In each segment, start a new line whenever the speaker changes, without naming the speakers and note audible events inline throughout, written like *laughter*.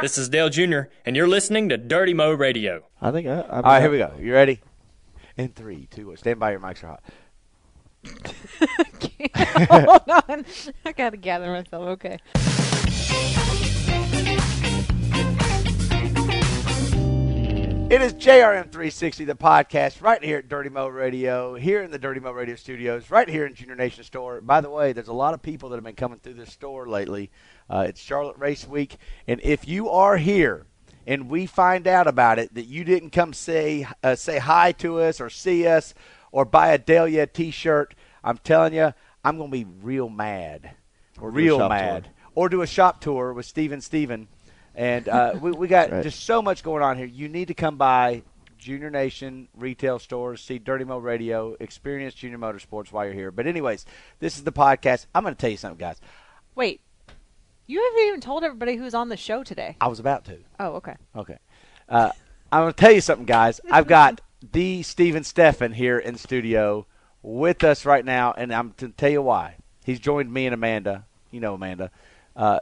This is Dale Jr., and you're listening to Dirty Mo Radio.
I think uh, I, I
All right, here we go. You ready? In three, two, one. Stand by. Your mics are hot.
Hold on. *laughs* I got to gather myself. Okay.
It is JRM360, the podcast, right here at Dirty Mo Radio, here in the Dirty Mo Radio studios, right here in Junior Nation Store. By the way, there's a lot of people that have been coming through this store lately. Uh, it's Charlotte Race Week. And if you are here and we find out about it, that you didn't come say, uh, say hi to us or see us or buy a Delia t shirt, I'm telling you, I'm going to be real mad.
do a
real
shop
mad.
tour.
Or do a shop tour with Steven Steven. And uh, we, we got
Right.
just so much going on here. You need to come by Junior Nation retail stores, see Dirty Mo Radio, experience Junior Motorsports while you're here. But, anyways, this is the podcast. I'm going to tell you something, guys.
Wait. You haven't even told everybody who's on the show today.
I was about to.
Oh, okay.
Okay. Uh, I'm going to tell you something, guys. I've got the Steven Steffen here in studio with us right now, and I'm to tell you why. He's joined me and Amanda. You know Amanda. Uh,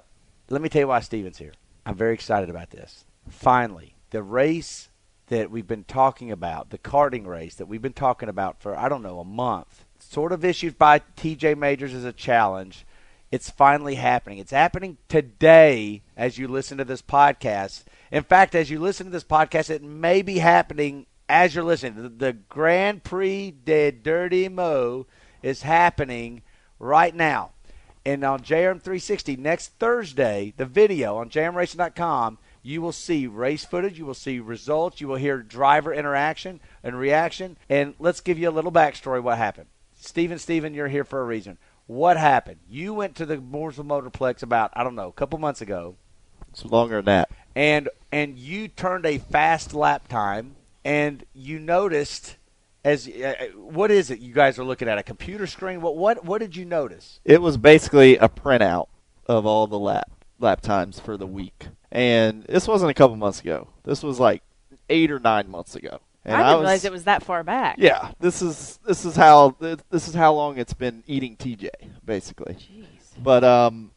let me tell you why Steven's here. I'm very excited about this. Finally, the race that we've been talking about, the karting race that we've been talking about for, I don't know, a month, sort of issued by TJ Majors as a challenge. It's finally happening. It's happening today as you listen to this podcast. In fact, as you listen to this podcast, it may be happening as you're listening. The, the Grand Prix de Dirty Mo is happening right now. And on JRM360 next Thursday, the video on jamracing.com, you will see race footage, you will see results, you will hear driver interaction and reaction. And let's give you a little backstory what happened. Steven, Steven, you're here for a reason. What happened? You went to the Mooresville Motorplex about, I don't know, a couple months ago,
It's longer than that.
and and you turned a fast lap time, and you noticed as uh, what is it you guys are looking at a computer screen? What what what did you notice?
It was basically a printout of all the lap lap times for the week, and this wasn't a couple months ago. This was like eight or nine months ago. And
I didn't realize it was that far back.
Yeah, this is this is how this is how long it's been eating TJ basically.
Jeez.
But um,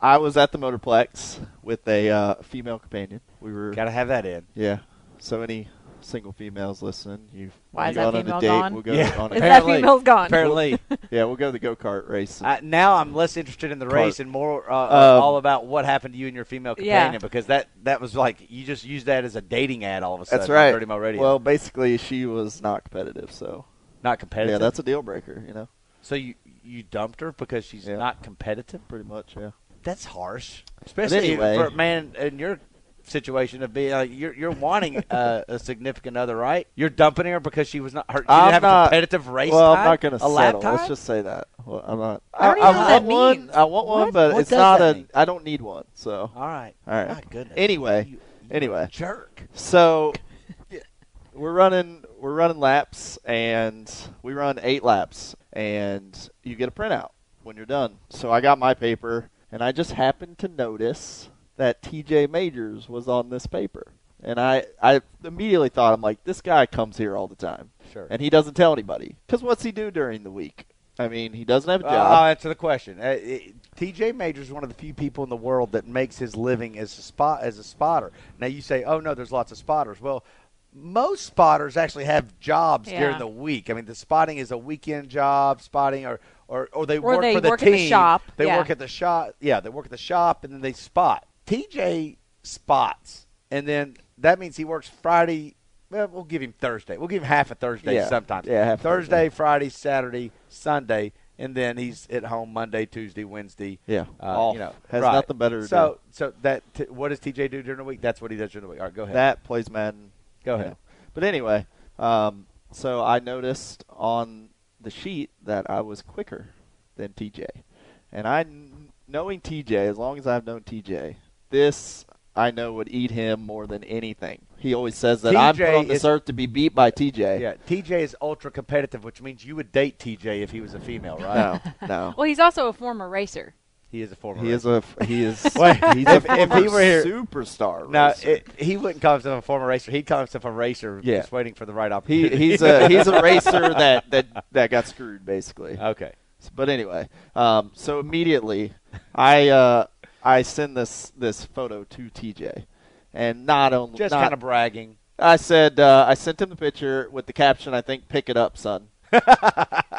I was at the motorplex with a uh, female companion. We were
Got to have that in.
yeah. So any single females listening, you
Why
you
is that
gone on
female
a date?
gone?
We'll go
Yeah.
on a
Is that
Apparently-
female's gone?
Apparently,
*laughs* Yeah, we'll go to the go kart race.
I, now I'm less interested in the
Cart.
race and more uh,
Um,
all about what happened to you and your female
Yeah.
companion because that that was like you just used that as a dating ad all of a sudden.
That's
on
right.
Dirty Mo Radio.
Well, basically, she was not competitive, so
not competitive.
yeah, that's a deal breaker. You know,
so you you dumped her because she's
Yeah.
not competitive.
pretty much. Yeah.
That's harsh, especially
anyway-
for a man in your situation of being like you're you're wanting *laughs* uh, a significant other, right? You're dumping her because she was not her. She
I'm
didn't have
not-
a competitive race.
well,
time?
I'm not going to
a lap
settle. Let's
time?
just say that. Well, I'm not.
I don't even know what
want
that
one.
means.
I want one,
What-
but
what
it's
does
not
that
a.
mean?
I don't need one. So
All right.
All right.
My goodness.
Anyway.
You- you
Anyway.
jerk.
So we're running we're running laps and we run eight laps and you get a printout when you're done. So I got my paper and I just happened to notice that TJ Majors was on this paper. And I, I immediately thought I'm like this guy comes here all the time
Sure.
and he doesn't tell anybody cuz what's he do during the week? I mean, he doesn't have a
Uh, I'll
job.
answer the question. Uh, it- TJ Majors is one of the few people in the world that makes his living as a spot as a spotter. Now you say, "Oh no, there's lots of spotters." Well, most spotters actually have jobs
Yeah.
during the week. I mean, the spotting is a weekend job. Spotting or or, or they
Or
work
they
for the
work at
team.
the shop,
They
yeah.
work at the shop. Yeah, they work at the shop and then they spot. TJ spots, and then that means he works Friday. Well, we'll give him Thursday. We'll give him half a Thursday
Yeah.
sometimes.
Yeah, half a
Thursday, Friday, Saturday, Sunday, and then he's at home Monday, Tuesday, Wednesday.
yeah.
Uh,
off.
you know,
has
right.
nothing better to do.
So, so that t- what does TJ do during the week? That's what he does during the week. All right, go ahead.
That plays Madden.
Go
you
ahead.
know. But anyway, um, so I noticed on the sheet that I was quicker than TJ, and I, kn- knowing TJ, as long as I've known TJ, this I know would eat him more than anything. He always says that I'm put
TJ
on this
is-
earth to be beat by TJ.
yeah, TJ is ultra competitive, which means you would date TJ if he was a female, right? *laughs*
No, no.
Well, he's also a former racer.
He is a former.
He is a f- he is
*laughs* Wait,
he's
if-
a
if he
former
were here-
superstar.
No,
racer.
it, he wouldn't call himself a former racer. He'd call himself a racer,
Yeah.
just waiting for the right
he
opportunity.
he's a he's a racer that that that got screwed basically.
*laughs* okay.
But anyway, um, so immediately, I uh, I send this this photo to TJ, and not only
Just
not,
kind of bragging.
I said uh, I sent him the picture with the caption. I think "Pick it up,
*laughs*
son,"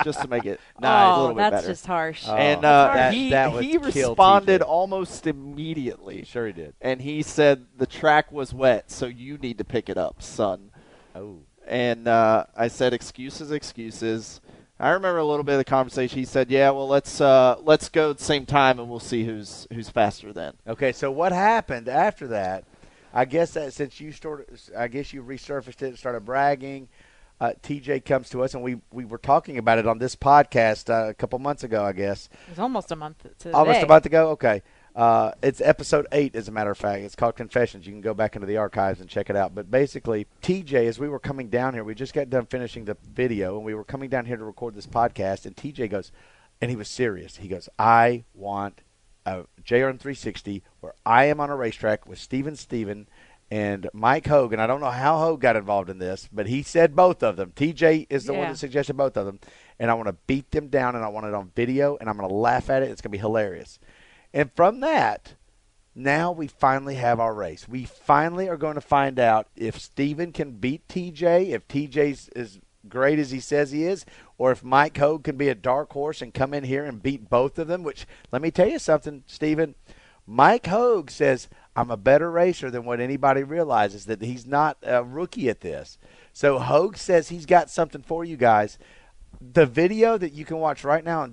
just to make it
oh,
a little bit
that's
better.
just harsh.
Oh,
and uh,
that-
he
that would
he
kill
responded
TJ.
almost immediately,
Sure he did.
and he said the track was wet, so you need to pick it up, son.
Oh.
And uh, I said excuses, excuses. I remember a little bit of the conversation. He said, "Yeah, well, let's uh, let's go at the same time, and we'll see who's who's faster then."
Okay, so what happened after that? I guess that since you started, I guess you resurfaced it and started bragging. Uh, TJ comes to us, and we we were talking about it on this podcast uh, a couple months ago, I guess,
it was almost a month to the
almost
day.
a month ago. Okay, uh, it's episode eight, as a matter of fact. It's called Confessions. You can go back into the archives and check it out. But basically, TJ, as we were coming down here, we just got done finishing the video, and we were coming down here to record this podcast, and TJ goes, and he was serious. He goes, I want a JRM 360 where I am on a racetrack with Steven Steven and Mike Hogue. And I don't know how Hogue got involved in this, but he said both of them. TJ is the one
Yeah.
that suggested both of them. And I want to beat them down and I want it on video and I'm going to laugh at it. It's going to be hilarious. And from that, now we finally have our race. We finally are going to find out if Steven can beat TJ, if TJ's as great as he says he is, or if Mike Hogue can be a dark horse and come in here and beat both of them, which let me tell you something, Steven. Mike Hogue says, I'm a better racer than what anybody realizes, that he's not a rookie at this. So Hogue says he's got something for you guys. The video that you can watch right now on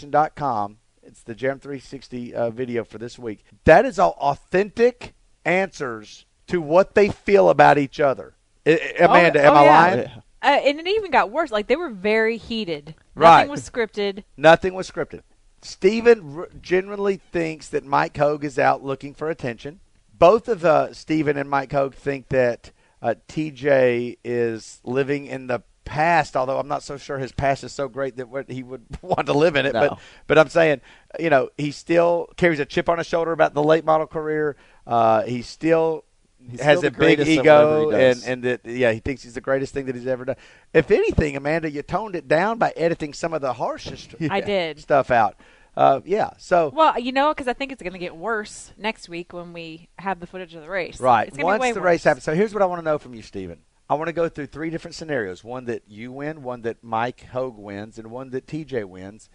jeremracing.com, it's the Jerem 360 uh, video for this week. That is all authentic answers to what they feel about each other. I- I- Amanda,
oh,
am I
yeah.
lying?
Uh, and it even got worse. Like they were very heated.
Right.
Nothing was scripted.
Nothing was scripted. Steven r- generally thinks that Mike Hogue is out looking for attention. Both of uh, Steven and Mike Hogue think that uh, TJ is living in the past, although I'm not so sure his past is so great that what he would *laughs* want to live in it. But
No.
but I'm saying, you know, he still carries a chip on his shoulder about the late model career. Uh, he still
He's
has
still
a
the
big
greatest at whatever
ego
he does.
and, and that yeah he thinks he's the greatest thing that he's ever done if anything amanda you toned it down by editing some of the harshest
I did.
stuff out uh, yeah so
Well, you know, because I think it's going to get worse next week when we have the footage of the race.
right
It's gonna
once
be way
the
worse.
race happens so here's what i want to know from you steven i want to go through three different scenarios one that you win one that mike hogue wins and one that tj wins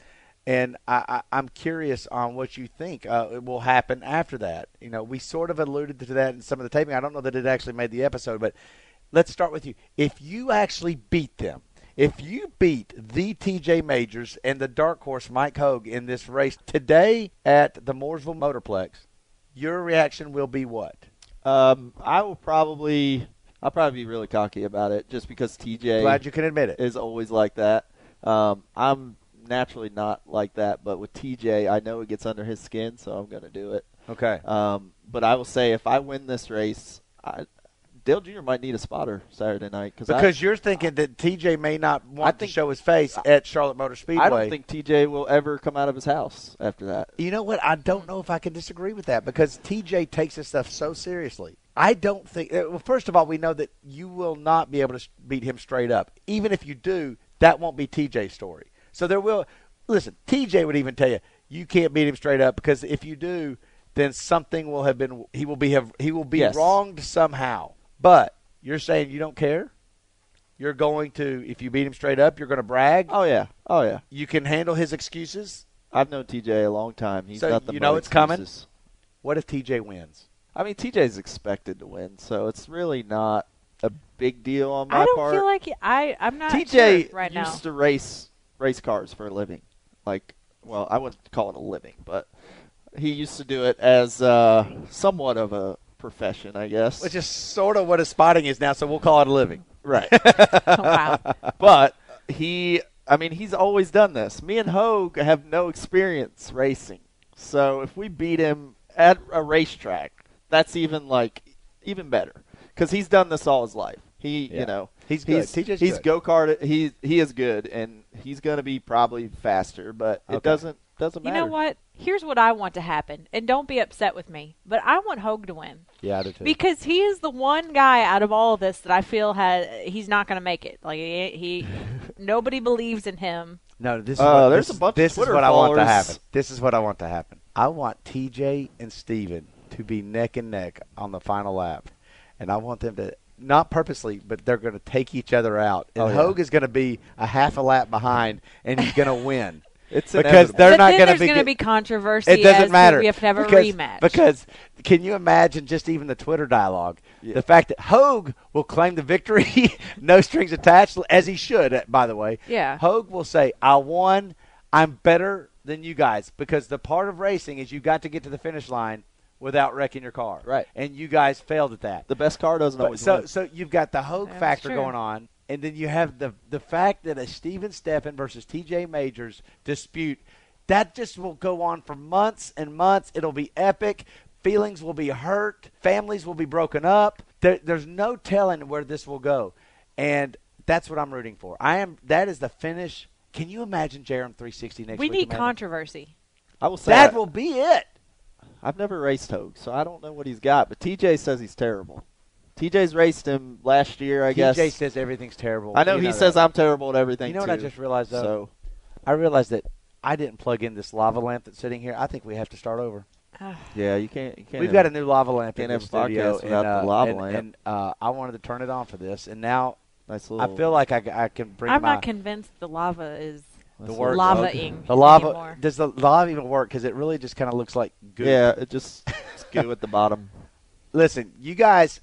and I, I, I'm curious on what you think uh, it will happen after that. You know, we sort of alluded to that in some of the taping. I don't know that it actually made the episode, but let's start with you. If you actually beat them, if you beat the TJ Majors and the dark horse Mike Hogue in this race today at the Mooresville Motorplex, your reaction will be what?
Um, I will probably I'll probably be really cocky about it just because TJ
Glad you can admit it.
is always like that. Um, I'm naturally not like that, but with TJ, I know it gets under his skin, so I'm going to do it.
Okay.
Um, but I will say, if I win this race, I, Dale Jr. might need a spotter Saturday night
Because you're thinking that TJ may not want
think-
to show his face at Charlotte Motor
I,
Speedway.
I don't think TJ will ever come out of his house after that.
You know what? I don't know if I can disagree with that because TJ takes this stuff so seriously. I don't think. uh, Well, first of all, we know that you will not be able to s- beat him straight up. Even if you do, that won't be TJ's story. So there will. Listen, TJ would even tell you you can't beat him straight up because if you do, then something will have been. He will be have. He will be
Yes.
wronged somehow. But you're saying you don't care. You're going to if you beat him straight up, you're going to brag.
Oh yeah, oh yeah.
You can handle his excuses.
I've known TJ a long time. He's
So
not the
you know
mo
it's coming?
excuses.
What if TJ wins?
I mean, TJ's expected to win, so it's really not a big deal on my
I don't
part.
feel like I. I'm not.
TJ
sure right
used
now.
to race race cars for a living. Like, well, I wouldn't call it a living, but he used to do it as uh, somewhat of a profession, I guess.
which is sort of what a spotting is now. So we'll call it a living.
right.
*laughs* wow.
but he, I mean, he's always done this. Me and Hogue have no experience racing, so if we beat him at a racetrack, that's even like even better because he's done this all his life. He,
Yeah.
you know,
He's good.
he's
TJ's
he's
good.
go kart. He he is good, and he's gonna be probably faster, but
Okay.
it doesn't doesn't
You
matter.
know what? Here's what I want to happen, and don't be upset with me, but I want Hogue to win
Yeah, I do too.
because he is the one guy out of all of this that I feel has he's not going to make it. Like he,
*laughs*
he nobody believes in him.
no, this is
Uh,
what,
there's
this,
a bunch of
This is
Twitter
what I want to
followers.
happen. This is what I want to happen. I want TJ and Steven to be neck and neck on the final lap, and I want them to not purposely, but they're going to take each other out, and
Oh, yeah.
Hogue is going to be a half a lap behind, and he's *laughs* going to win.
It's
Because
inevitable.
they're
but
not
then
gonna
there's
be
going to
get-
be controversy.
It
as
doesn't
to
matter.
We have to have a
because,
rematch.
Because can you imagine just even the Twitter dialogue?
Yeah.
The fact that Hogue will claim the victory, *laughs* no strings attached, as he should, uh, by the way.
Yeah.
Hogue will say, I won. I'm better than you guys because the part of racing is you got to get to the finish line without wrecking your car.
Right.
And you guys failed at that.
the best car doesn't
But
always
so
win.
so you've got the Hogue
That's
factor
true.
going on, and then you have the the fact that a Steven Steffen versus T.J. Majors dispute that just will go on for months and months. It'll be epic. Feelings will be hurt. Families will be broken up. There, there's no telling where this will go, and that's what I'm rooting for. I am. That is the finish. Can you imagine Jerem 360 next
we
week?
need
Amanda?
controversy.
I will say
That
I-
will be it.
I've never raced Hogue, so I don't know what he's got. But TJ says he's terrible. TJ's raced him last year, I
TJ
guess.
says everything's terrible.
I know
You
he says
that.
I'm terrible at everything.
You know what
too.
I just realized though.
So
I realized that I didn't plug in this lava lamp that's sitting here. I think we have to start over.
yeah, you can't. You can't
We've
have-
got a new lava lamp in
can't
the
have a podcast
studio, and,
without the
uh,
lava
and-
lamp.
and, uh, I wanted to turn it on for this, and now
nice
I
little.
feel like I, I can bring
I'm
my
not convinced the lava is
nice
the
little
word
lava
mug.
ing.
the lava.
Anymore.
Does the lava even work? Because it really just kind of looks like goo.
Yeah, it just it's goo at the
*laughs*
bottom.
Listen, you guys,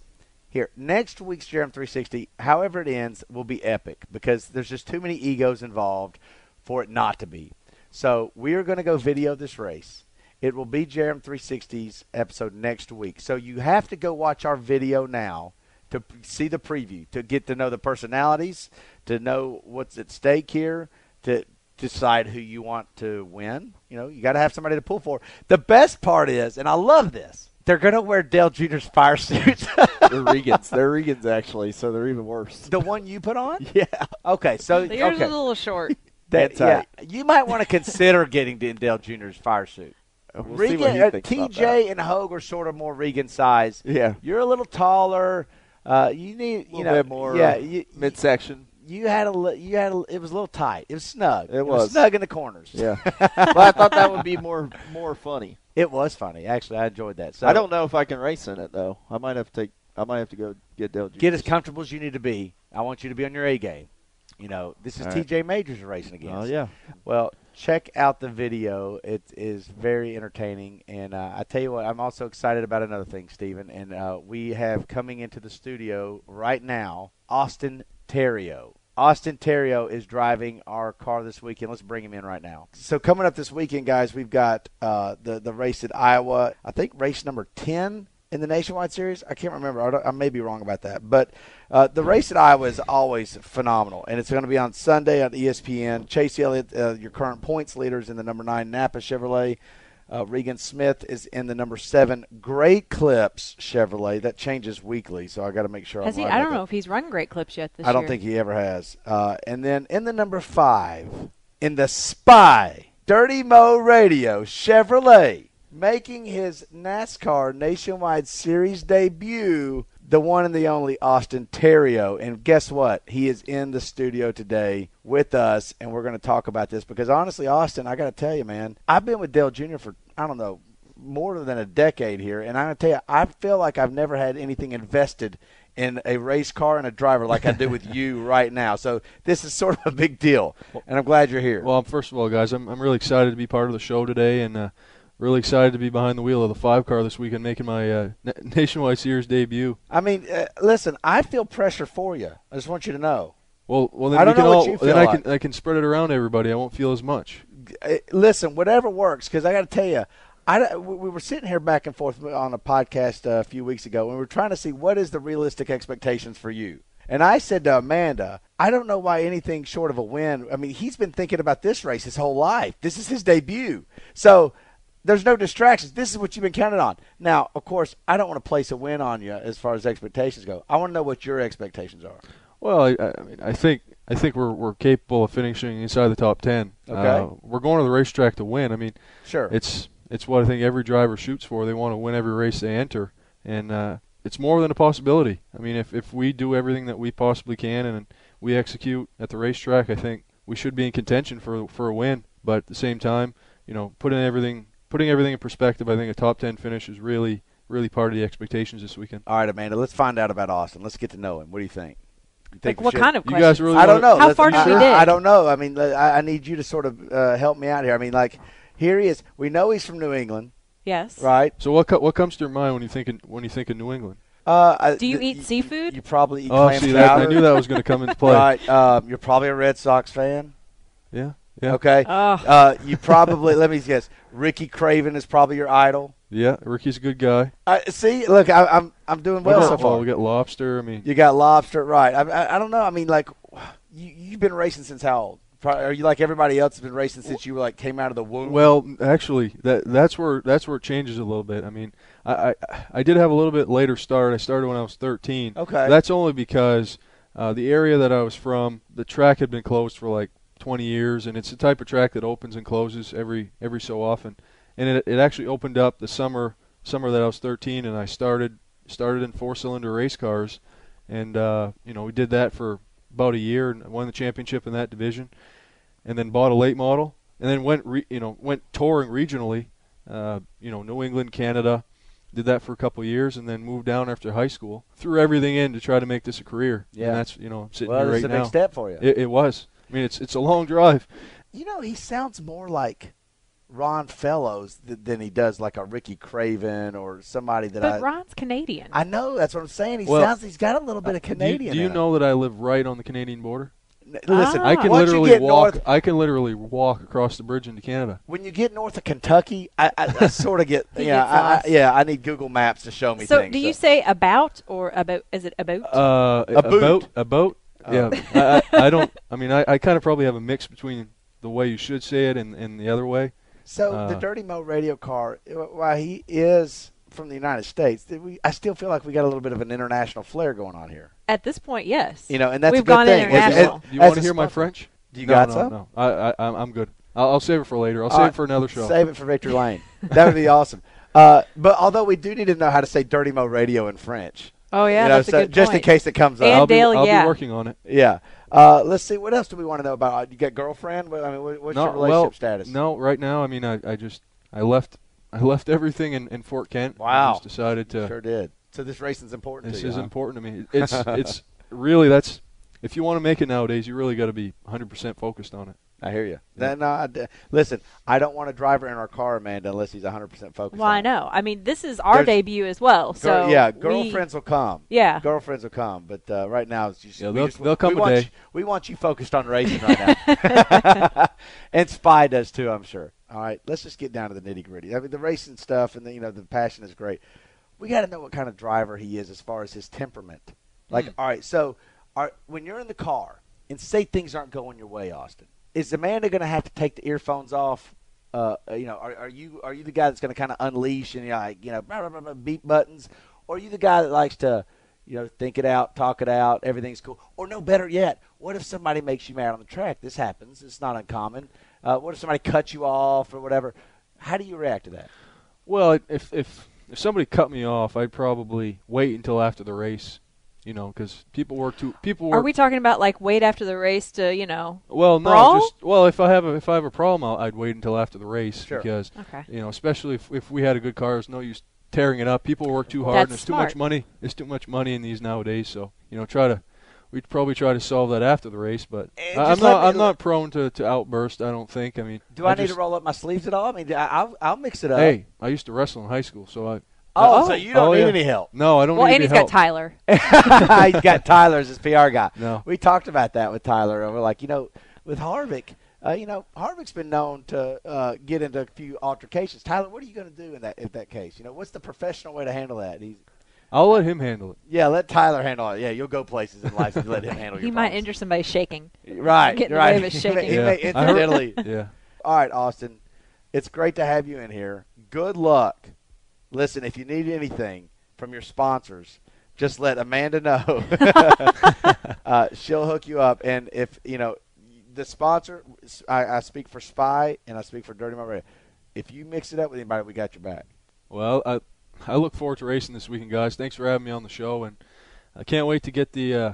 here next week's Jerem 360, however it ends, will be epic because there's just too many egos involved for it not to be. So we are going to go video this race. It will be Jerem 360's episode next week. So you have to go watch our video now to p- see the preview, to get to know the personalities, to know what's at stake here, to decide who you want to win. You know, you got to have somebody to pull for. The best part is, and I love this, they're going to wear Dale Jr.'s fire suits. *laughs*
They're Regans. They're Regans actually, so they're even worse.
the one you put on?
*laughs* Yeah,
Okay, so
The ears
okay.
are a
*laughs*
little short.
That-
That's right.
yeah. you might want to consider getting to Dale Jr.'s fire suit.
we'll see what
Regan,
he
uh,
thinks about that.
TJ and Hogue are sort of more Regan size.
Yeah,
You're a little taller. Uh, you need,
a
you
little
know,
bit more.
yeah,
uh,
you,
midsection.
you had a li- you had a, it was a little tight. It was snug.
It
was.
was.
snug in the corners. *laughs*
Yeah, but I thought that would be more more funny.
It was funny. Actually, I enjoyed that. So
I don't know if I can race in it though. I might have to take. I might have to go get Dale.
get
Jr.'s.
as comfortable as you need to be. I want you to be on your A game. You know, this is
All right.
TJ Majors racing against.
Oh yeah,
Well, check out the video. It is very entertaining, and uh, I tell you what, I'm also excited about another thing, Steven. And uh, we have coming into the studio right now, Austin Terrio. Austin Terrio is driving our car this weekend. Let's bring him in right now. So coming up this weekend, guys, we've got uh, the the race at Iowa. I think race number ten in the nationwide series. I can't remember. I, don't, I may be wrong about that, but uh, the race at Iowa is always phenomenal, and it's going to be on Sunday on E ESPN. Chase Elliott, uh, your current points leader, is in the number nine Napa Chevrolet. Uh, Regan Smith is in the number seven Great Clips Chevrolet. That changes weekly, so I got to make sure.
Has
I'm
he?
right
I
about
don't
that.
know if he's run great clips yet this
I
year.
don't think he ever has. Uh, and then in the number five, in the spy, Dirty Mo Radio Chevrolet, making his NASCAR Nationwide Series debut, the one and the only Austin Terrio. And guess what? He is in the studio today with us, and we're going to talk about this because honestly, Austin, I got to tell you, man, I've been with Dale Jr. for, I don't know, more than a decade here, and I'm gonna tell you, I feel like I've never had anything invested in a race car and a driver like I do with you right now. So this is sort of a big deal, and I'm glad you're here.
Well, first of all, guys, I'm, I'm really excited to be part of the show today and uh, really excited to be behind the wheel of the five car this weekend, making my uh, na- *laughs* nationwide series debut.
I mean, uh, listen, I feel pressure for you. I just want you to know.
Well, well, then
I
we
don't
can
know what
all,
you feel
then I
like.
can I can spread it around to everybody. I won't feel as much.
Uh, Listen, whatever works, because I got to tell you, I don't- we we were sitting here back and forth on a podcast uh, a few weeks ago, and we were trying to see what is the realistic expectations for you. And I said to Amanda, I don't know why anything short of a win. I mean, he's been thinking about this race his whole life. This is his debut, so there's no distractions. This is what you've been counting on. Now, of course, I don't want to place a win on you as far as expectations go. I want to know what your expectations are.
Well, I, I I mean, I think I think we're we're capable of finishing inside the top ten. Uh,
Okay.
we're going to the racetrack to win. I mean,
Sure.
it's it's what I think every driver shoots for. They want to win every race they enter, and uh, it's more than a possibility. I mean, if if we do everything that we possibly can and we execute at the racetrack, I think we should be in contention for for a win. But at the same time, you know, putting everything putting everything in perspective, I think a top ten finish is really really part of the expectations this weekend.
All right, Amanda, let's find out about Austin. Let's get to know him. What do you think? You think
Like,
we
what
should?
kind of
You guys
questions?
really?
I don't
wanna-
know.
How far
I-
did we
I-
dig?
I don't know. I mean, I, I need you to sort of uh, help me out here. I mean, like, here he is. We know he's from New England,
yes.
right?
So what co- what comes to your mind when you think in, when you think of New England?
Uh, I-
Do you
th-
eat seafood?
You probably eat
Oh,
clam
see, that,
chowder.
I knew that was going to come into
*laughs*
play.
Right. Um, you're probably a Red Sox fan.
Yeah, yeah,
Okay.
Ugh.
Uh, you probably let me guess. Ricky Craven is probably your idol.
yeah. Ricky's a good guy.
Uh, see, look, I, I'm I'm doing
What
well
else?
so
Well,
far.
we got lobster. I mean,
You got lobster, right? I, I, I don't know. I mean, like, you you've been racing since how old? Probably, are you like everybody else? Has been racing since you were like came out of the womb.
well, actually, that that's where that's where it changes a little bit. I mean, I I, I did have a little bit later start. I started when I was 13.
Okay.
That's only because uh, the area that I was from, the track had been closed for like 20 years, and it's the type of track that opens and closes every every so often. And it, it actually opened up the summer summer that I was 13, and I started started in four cylinder race cars, and uh, you know we did that for about a year and won the championship in that division, and then bought a late model, and then went re, you know went touring regionally, uh, you know New England, Canada, did that for a couple of years and then moved down after high school. Threw everything in to try to make this a career.
Yeah.
And that's you know I'm sitting
Well,
here
it's
right
a
now.
big step for you.
It, it was. I mean, it's it's a long drive.
you know, he sounds more like Ron Fellows th- than he does like a Ricky Craven or somebody that I.
But Ron's Canadian.
I know that's what I'm saying. He
Well,
sounds. He's got a little bit of
Do you- Do you,
Canadian. in him.
know that I live right on the Canadian border?
N- Listen,
Ah.
I can
once you
literally
get
walk.
north-
I can literally walk across the bridge into Canada.
when you get north of Kentucky, I, I,
*laughs*
I sort of get
He
yeah,
gets
I, I,
lost.
yeah. I need Google Maps to show me
so,
things.
do you say about or about? Is it about?
Uh,
A boot.
boat. A boat. Yeah. I, I, I don't. I mean, I, I kind of probably have a mix between the way you should say it and, and the other way.
so the
uh,
Dirty Mo radio car, uh, while he is from the United States, that we, I still feel like we got a little bit of an international flair going on here.
At this point, yes.
You know, and that's a
We've
good
gone
thing.
Do you
international.
want-
National.
Do you want
as
to
a
hear my
sponsor-
French?
Do you
no,
got
no,
some?
No, I, I, I'm- I'm good. I'll, I'll save it for later. I'll
All
save
right.
it for another show.
Save it for Victory Lane. That would be awesome. Uh, but although we do need to know how to say Dirty Mo Radio in French.
Oh yeah,
You know,
that's
so
a good
just
point.
in case it comes
And
up.
I'll be,
Dale,
I'll
yeah.
be working on it.
Yeah. Uh, let's see. What else do we want to know about? uh, You got girlfriend? What- I mean, what- what's your relationship
well,
status?
No, right now, I mean, I, I just I left I left everything in, in Fort Kent.
Wow.
I just decided to.
Sure did. So this racing's important
uh, This
to you.
is
huh?
important to me.
*laughs*
It's it's really that's if you want to make it nowadays, you really got to be 100 percent focused on it.
I hear you.
Yeah.
No, I d- listen, I don't want a driver in our car, Amanda, unless he's 100% focused.
Well,
on
I
it.
know. I mean, this is our
There's-
debut as well.
Girl-
So
yeah,
we-
girlfriends will come.
Yeah.
Girlfriends will come, but uh, right now it's just,
Yeah,
we
they'll-
just-
they'll come
we
a
want
day.
You, we want you focused on racing right now, and Spy does too, I'm sure. All right, let's just get down to the nitty gritty. I mean, the racing stuff and the, you know the passion is great. We got to know what kind of driver he is as far as his temperament. Like,
Hmm.
all right, so are, when you're in the car and say things aren't going your way, Austin, is Amanda going to have to take the earphones off? Uh, you know, are, are you are you the guy that's going to kind of unleash and you know, like you know blah, blah, blah, blah, beat buttons, or are you the guy that likes to you know think it out, talk it out, everything's cool? Or no, better yet, what if somebody makes you mad on the track? This happens; it's not uncommon. Uh, what if somebody cuts you off or whatever? How do you react to that?
Well, if if if somebody cut me off, I'd probably wait until after the race, you know, because people work too. People work.
Are we talking about like wait after the race to you know?
well, no,
brawl?
just well. If I have a if I have a problem, I'll, I'd wait until after the race
Sure.
because
Okay.
you know, especially if if we had a good car, it's no use tearing it up. People work too hard. and
That's
There's too much
smart.
money. There's too much money in these nowadays. So you know, try to we'd probably try to solve that after the race. But
Eh,
I, am
just let
not
me-
I'm not prone to to outburst. I don't think. I mean,
Do I, need
just-
to roll up my sleeves at all? I mean, I, I'll, I'll mix it up. *laughs*
Hey, I used to wrestle in high school, so I.
Oh, so you don't
oh,
need
yeah.
any help.
No, I don't.
Well,
need
and
any
he's
help.
got Tyler.
He's got Tyler as his PR guy.
No.
We talked about that with Tyler. And we're like, you know, with Harvick, uh, you know, Harvick's been known to uh, get into a few altercations. Tyler, what are you going to do in that in that case? You know, what's the professional way to handle that? He's,
I'll let him handle it.
yeah, let Tyler handle it. Yeah, you'll go places in life if you let
*laughs*
him handle
He
your
might
problems.
injure somebody shaking.
Right,
get in the
right.
way of
*laughs*
his
He may- he
shaking.
may
Yeah. I
*laughs*
heard-
incidentally.
Yeah.
All right, Austin. It's great to have you in here. Good luck. Listen, if you need anything from your sponsors, just let Amanda know. *laughs* uh, she'll hook you up. And if, you know, the sponsor, I, I speak for Spy and I speak for Dirty Mo Radio. If you mix it up with anybody, we got your back.
Well, I I look forward to racing this weekend, guys. Thanks for having me on the show, and I can't wait to get the uh,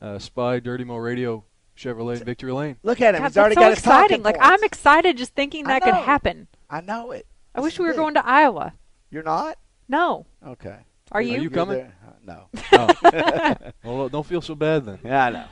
uh, Spy Dirty Mo Radio Chevrolet in Victory Lane.
Look at him.
God,
He's already
that's so
got his
exciting.
talking
Like
points.
I'm excited just thinking
I
that could
know.
happen.
I know it.
I
This
wish
is
we were
big.
going to Iowa.
You're not?
No.
Okay.
Are you?
you- coming?
there? Uh, No.
Oh. well, don't feel so bad then.
*laughs* Yeah, I know.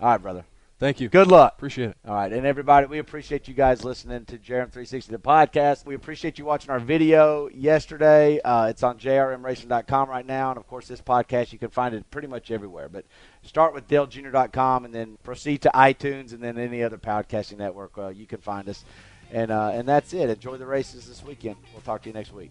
All right, brother.
Thank you.
Good luck.
Appreciate it.
All right, and everybody, we appreciate you guys listening to JRM 360 the podcast. We appreciate you watching our video yesterday. Uh, it's on jrmracing.com right now, and of course, this podcast you can find it pretty much everywhere. But start with DaleJr.com and then proceed to iTunes and then any other podcasting network uh, you can find us. And uh, and that's it. Enjoy the races this weekend. We'll talk to you next week.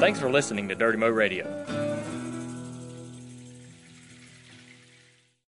Thanks for listening to Dirty Mo Radio.